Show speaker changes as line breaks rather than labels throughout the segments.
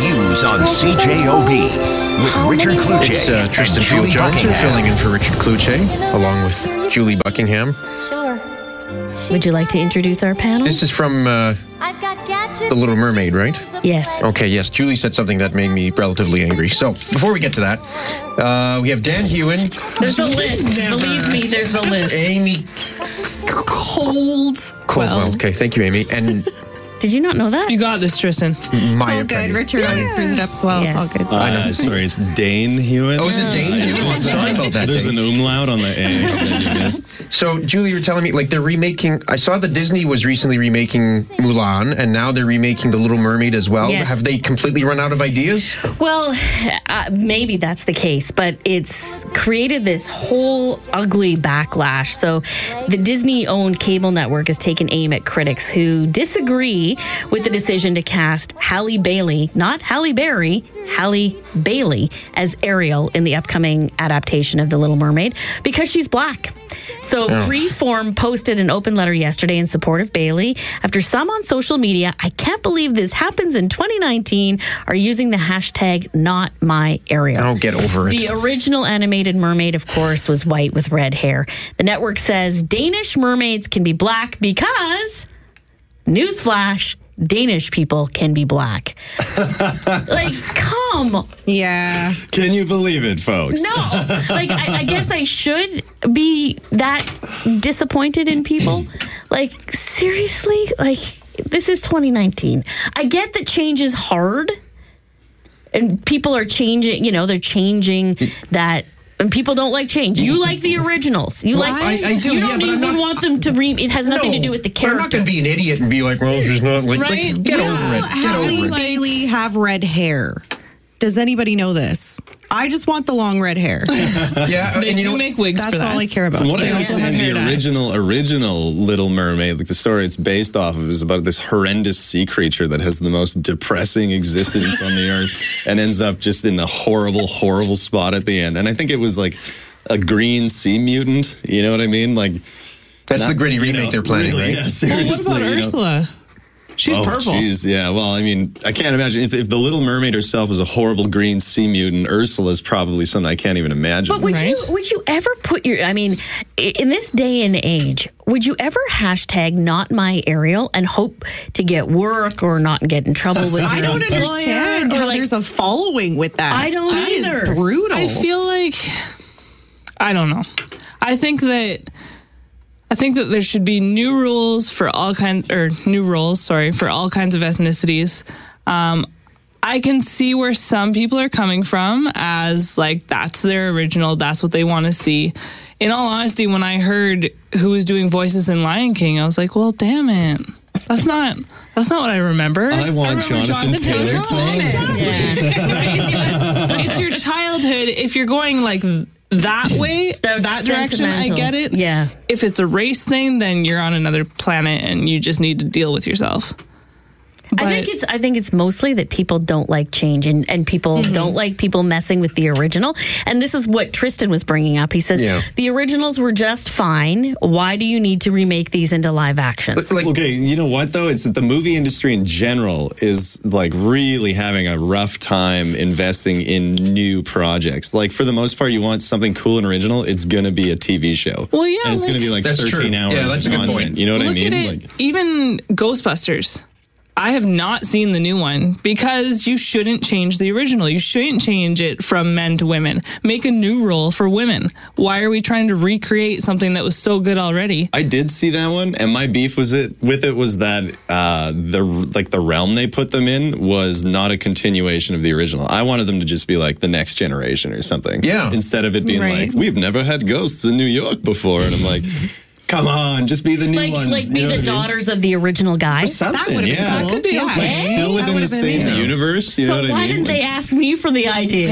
News on CJOB with Richard Kluche
It's uh,
and
Tristan
Julie
Field Johnson
Buckingham.
filling in for Richard eh? Kluche, along with Julie Buckingham.
Sure.
Would you like to introduce our panel?
This is from, uh,
I've got gadgets.
The Little Mermaid, right?
Yes.
okay, yes, Julie said something that made me relatively angry. So before we get to that, uh, we have Dan Hewen,
There's a list. Believe me, there's a list.
Amy
cold.
Coldwell.
Well,
Okay, thank you, Amy. And
Did you not know that?
You got this, Tristan.
my
It's all good. Richard always screws it up as well. It's all
Yes.
good.
Uh, sorry, it's Dane Hewitt.
Oh, is it Dane Hewitt?
I-
Sorry about that,
There's
Dane.
an umlaut on the A. that you missed.
So, Julie, you're telling me like they're remaking. I saw that Disney was recently remaking Mulan, and now they're remaking The Little Mermaid as well.
Yes.
Have they completely run out of ideas?
Well, uh, maybe that's the case, but it's created this whole ugly backlash. So, the Disney owned cable network has taken aim at critics who disagree with the decision to cast Halle Bailey, not Halle Berry, Halle Bailey, as Ariel in the upcoming adaptation of The Little Mermaid because she's black. So, Freeform posted an open letter yesterday in support of Bailey after some on social media, I can't believe this happens in 2019, are using the hashtag not my Ariel.
I'll get over it.
The original animated mermaid, of course, was white with red hair. The network says Danish mermaids can be black because, newsflash, Danish people can be black. like, come
Yeah.
Can you believe it, folks?
no. Like, I, I guess I should be that disappointed in people. Like, seriously? Like, this is 2019. I get that change is hard and people are changing, you know, they're changing that. And people don't like change. You like the originals. You like.
I- I do,
You
yeah,
don't
but I'm
even
not-
want them to re. It has nothing to do with the
but I'm
character.
not going to be an idiot and be like, well, she's not like. like,
Right?
get
Well,
over it. Get
How
over
do
it.
Bailey have red hair? Does anybody know this? I just want the long red hair.
Yeah, and
They
you know
do
what?
make wigs for
That's
that.
all I care about.
From what I
Yeah.
understand,
Yeah.
the original, original Little Mermaid, like the story it's based off of, is about this horrendous sea creature that has the most depressing existence on the earth and ends up just in the horrible, horrible spot at the end. And I think it was like a green sea mutant. You know what I mean? Like
That's the
not-
gritty
you
remake
know,
they're planning,
really,
right?
Yeah,
Well,
seriously.
what about
you know?
Ursula? She's
oh,
purple.
jeez, yeah. Well, I mean, I can't imagine if, if the Little Mermaid herself is a horrible green sea mutant. Ursula's probably something I can't even imagine.
But would
Right?
you would you ever put your? I mean, i- in this day and age, would you ever hashtag not my Ariel and hope to get work or not get in trouble with?
I
your
don't
employer
understand
or
how
like-
there's a following with that.
I don't
That is
either.
brutal.
I feel like I don't know. I think that I think that there should be new rules for all kinds or new rules, sorry, for all kinds of ethnicities. Um, I can see where some people are coming from as like that's their original, that's what they want to see. In all honesty, when I heard who was doing voices in Lion King, I was like, "Well, damn it. That's not that's not what I remember."
I want
remember
Jonathan Taylor Thomas.
Like, it's your childhood. If you're going like that way,
That
that,
was
direction, I
sentimental.
get it.
Yeah.
If it's a race thing, then you're on another planet and you just need to deal with yourself.
I think it's I think it's mostly that people don't like change and, and people
Mm-hmm.
don't like people messing with the original. And this is what Tristan was bringing up. He says
Yeah.
the originals were just fine. Why do you need to remake these into live actions?
Like,
okay, you know what though? It's that the movie industry in general is like really having a rough time investing in new projects. Like for the most part, you want something cool and original, it's gonna be a TV show.
Well, yeah,
and it's
like-
gonna be like
That's
13
true. Yeah, that's
hours
a
of
good
content.
point.
You know what
Look
I mean?
at it.
Like,
Even Ghostbusters. I have not seen the new one because you shouldn't change the original. You shouldn't change it from men to women. Make a new role for women. Why are we trying to recreate something that was so good already?
I did see that one, and my beef was it with it was that uh, the like the realm they put them in was not a continuation of the original. I wanted them to just be like the next generation or something.
Yeah.
Instead of it being
Right.
like we've never had ghosts in New York before, and I'm like, come on, just be the new
Like,
ones.
like
you
be
know
the
what I mean?
daughters of the original guys.
Something,
that would have
yeah.
been cool.
That could be
yeah.
okay.
Like still
That
within the
would've been
same
amazing.
universe. You
so
know what
why
I mean?
didn't they ask me for the idea?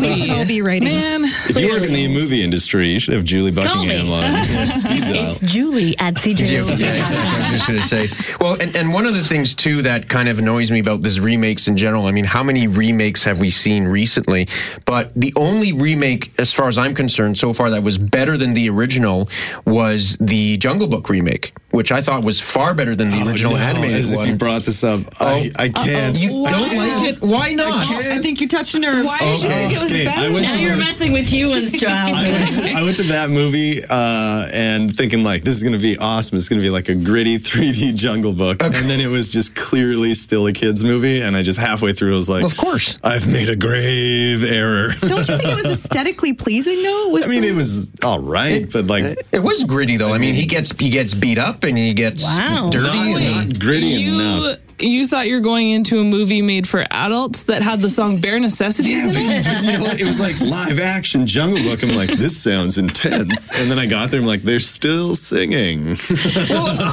we should all be writing.
Man,
if you work in the movie industry, you should have Julie
Call me.
Buckingham on just like speed dial.
It's Julie at
Yeah,
CJ.
yeah, exactly. I was just going to say. Well, and, and one of the things, too, that kind of annoys me about these remakes in general, I mean, how many remakes have we seen recently? But the only remake, as far as I'm concerned, so far that was better than the original was the Jungle Book remake. which I thought was far better than the original
Oh, no,
animated
as if you
one.
brought this up. I, I can't.
You
Wow.
don't like it? Why not?
I think you touched a nerve.
Why did you think it was
Okay, I
better?
went
than
Now
that?
you're messing with Hewlin's
I
childhood.
went, to, I went to that movie uh, and thinking like this is going to be awesome. It's going to be like a gritty 3D Jungle Book, and then it was just clearly still a kids movie. And I just halfway through was like,
Of course.
I've made a grave error.
Don't you think it was aesthetically pleasing though? Was
I mean,
some-
it was all right, but like
It was gritty though. I mean, he gets he gets beat up and he gets
Wow.
dirty.
not,
and-
not gritty
you,
enough.
You thought you were going into a movie made for adults that had the song Bare Necessities in it?
But you know what? It was like live action Jungle Book. I'm like, this sounds intense. And then I got there, I'm like, they're still singing.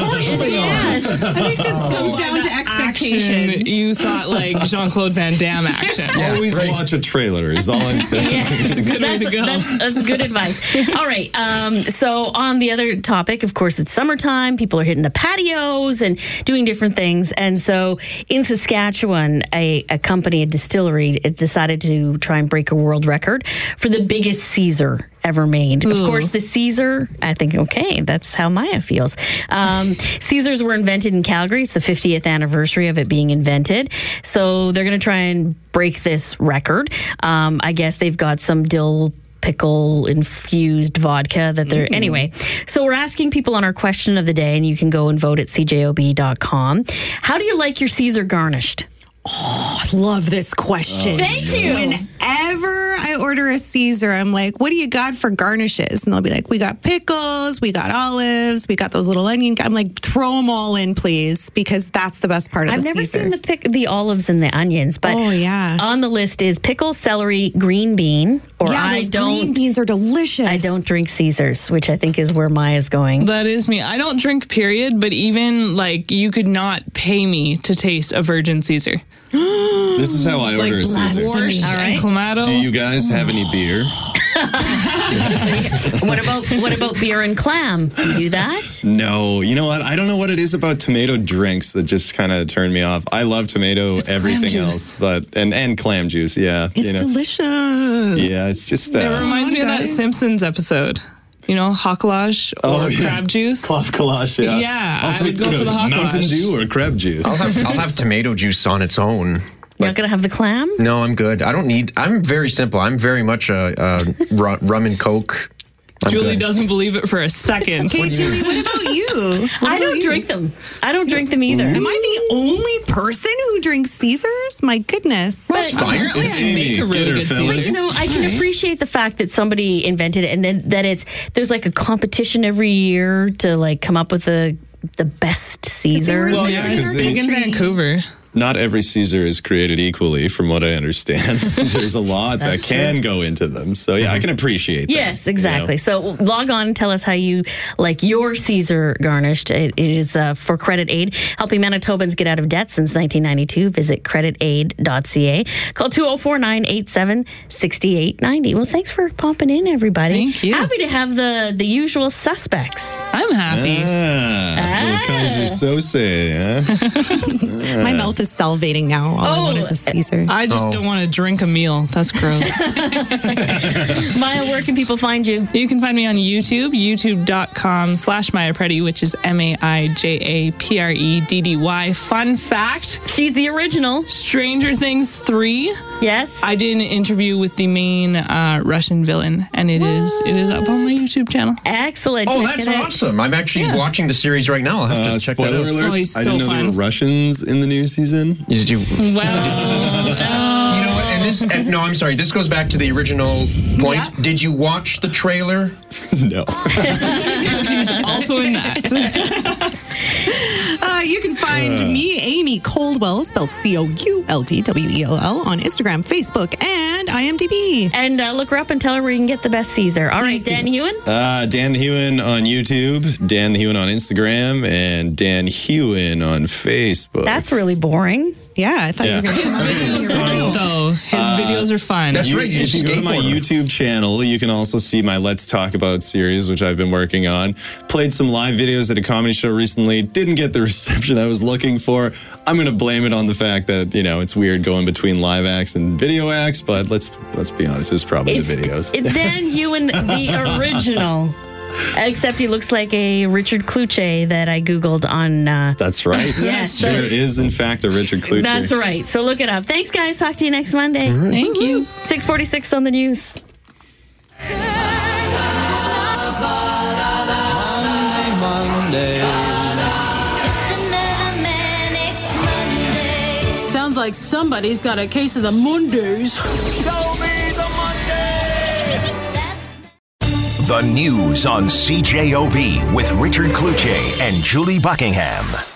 yes.
I think this comes down to expectations.
Oh. Action, you thought like Jean Claude Van Damme action.
Always watch a trailer, is all I'm saying.
That's a good way to go.
That's, that's good advice. All right. Um, so, on the other topic, of course, it's summertime. People are hitting the patios and doing different things. And so, in Saskatchewan, a, a company, a distillery, it decided to try and break a world record for the biggest Caesar ever made. Of course, the Caesar, I think, okay, that's how Maya feels. Um, Caesars were invented in Calgary. It's the 50th anniversary of it being invented. So, they're going to try and break this record. Um, I guess they've got some dill pickle infused vodka that they're anyway so we're asking people on our question of the day and you can go and vote at cjob.com how do you like your caesar garnished
I love this question.
thank you
Whenever I order a Caesar, I'm like, what do you got for garnishes? And they'll be like, we got pickles, we got olives, we got those little onion. I'm like, throw them all in, please, because that's the best part of
I've
the
never
Caesar.
seen the pick the olives and the onions, but
Oh, yeah.
on the list is pickle, celery, green bean, or
yeah,
I
those green
don't
beans are delicious.
I don't drink Caesars, which I think is where Maya's going.
That is me. I don't drink, period, but even like you could not pay me to taste a Virgin Caesar.
This is how I
Like
order a Caesar.
borscht
All right.
and clamato.
Do you guys have any beer?
what about what about beer and clam? You do that?
No. You know what? I don't know what it is about tomato drinks that just kind of turn me off. I love tomato everything
juice.
else, but and and clam juice, yeah.
It's delicious.
Yeah, it's just
it
uh,
reminds me of that
guys.
Simpsons episode. You know, hocklage or
Oh, yeah.
crab juice.
cloth collage. Yeah,
Yeah,
I'll
I
take
would go for
uh,
the hot
Mountain
collage. Oh.
Dew or crab juice.
I'll have, I'll have tomato juice on its own.
You're not gonna have the clam?
No, I'm good. I don't need. I'm very simple. I'm very much a, a ru- rum and coke. I'm
Julie
good.
doesn't believe it for a second.
Hey, Julie, what about you? What
I
about
don't
you?
drink them. I don't drink them either.
Am I the only person who drinks Caesars? My goodness.
But-
Apparently,
It's
I
Amy.
make a
Get
really
her,
good
fellas.
Caesar.
You know, I can appreciate the fact that somebody invented it, and then that it's there's like a competition every year to like come up with the the best Caesar.
Well, yeah,
Caesar
'cause they-
Big in
country.
Vancouver.
Not every Caesar is created equally, from what I understand. There's a lot that can go into them. So yeah, I can appreciate. that,
Yes,
you know?
exactly. So log on and tell us how you like your Caesar garnished. It is uh, for Credit Aid, helping Manitobans get out of debt since 1992. Visit creditaid.ca. Call 204 987 6890. oh. Well, thanks for popping in, everybody.
Thank you.
Happy to have the, the usual suspects.
I'm happy.
Ah, little Kaiser Sose, huh?
My mouth is salivating now. All I
Oh,
want is a Caesar.
I just don't want to drink a meal. That's gross.
Maya, where can people find you?
You can find me on YouTube, youtube.com slash Maya Preddy, which is M A I J A P R E D D Y. Fun fact
She's the original.
Stranger Things 3,
Yes.
I did an interview with the main uh, Russian villain, and it is it is up on my YouTube channel.
Excellent.
Oh,
Check
that's
it out.
awesome! I'm actually watching the series right now. I'll have
Uh,
to check that
spoiler
out.
alert!
Oh, he's
I didn't
so
know there were
fun.
Russians in the new season.
Did you? You
Well,
know what? And this.
Uh.
And, no, I'm sorry. This goes back to the original point.
Yeah.
Did you watch the trailer?
No.
also in that.
Uh, you can find me, Amy Coldwell, spelled C O U L D W E L L, on Instagram, Facebook, and IMDb.
And uh, look her up and tell her where you can get the best Caesar. All right,
Please do.
Dan Hewen.
Uh, Dan the Hewen on YouTube, Dan the Hewen on Instagram, and Dan Hewen on Facebook.
That's really boring.
Yeah, I thought
Yeah.
you were going to
His original, though, his videos are fun.
Uh, that's
You-
right.
if you go to my
skateboarder.
YouTube channel, you can also see my Let's Talk About series, which I've been working on. Played some live videos at a comedy show recently. Didn't get the reception I was looking for. I'm going to blame it on the fact that you know it's weird going between live acts and video acts, but let's let's be honest, it was probably the videos.
It's Dan Hewen, the original. Except he looks like a Richard Cluche that I Googled on. Uh,
That's right.
Yes,
there
that-
is, in fact, a Richard Cluche.
that's right. So look it up. Thanks, guys. Talk to you next Monday.
Thank you.
646 on the news.
Sounds like somebody's got a case of the Mondays.
The news on CJOB with Richard Kluche and Julie Buckingham.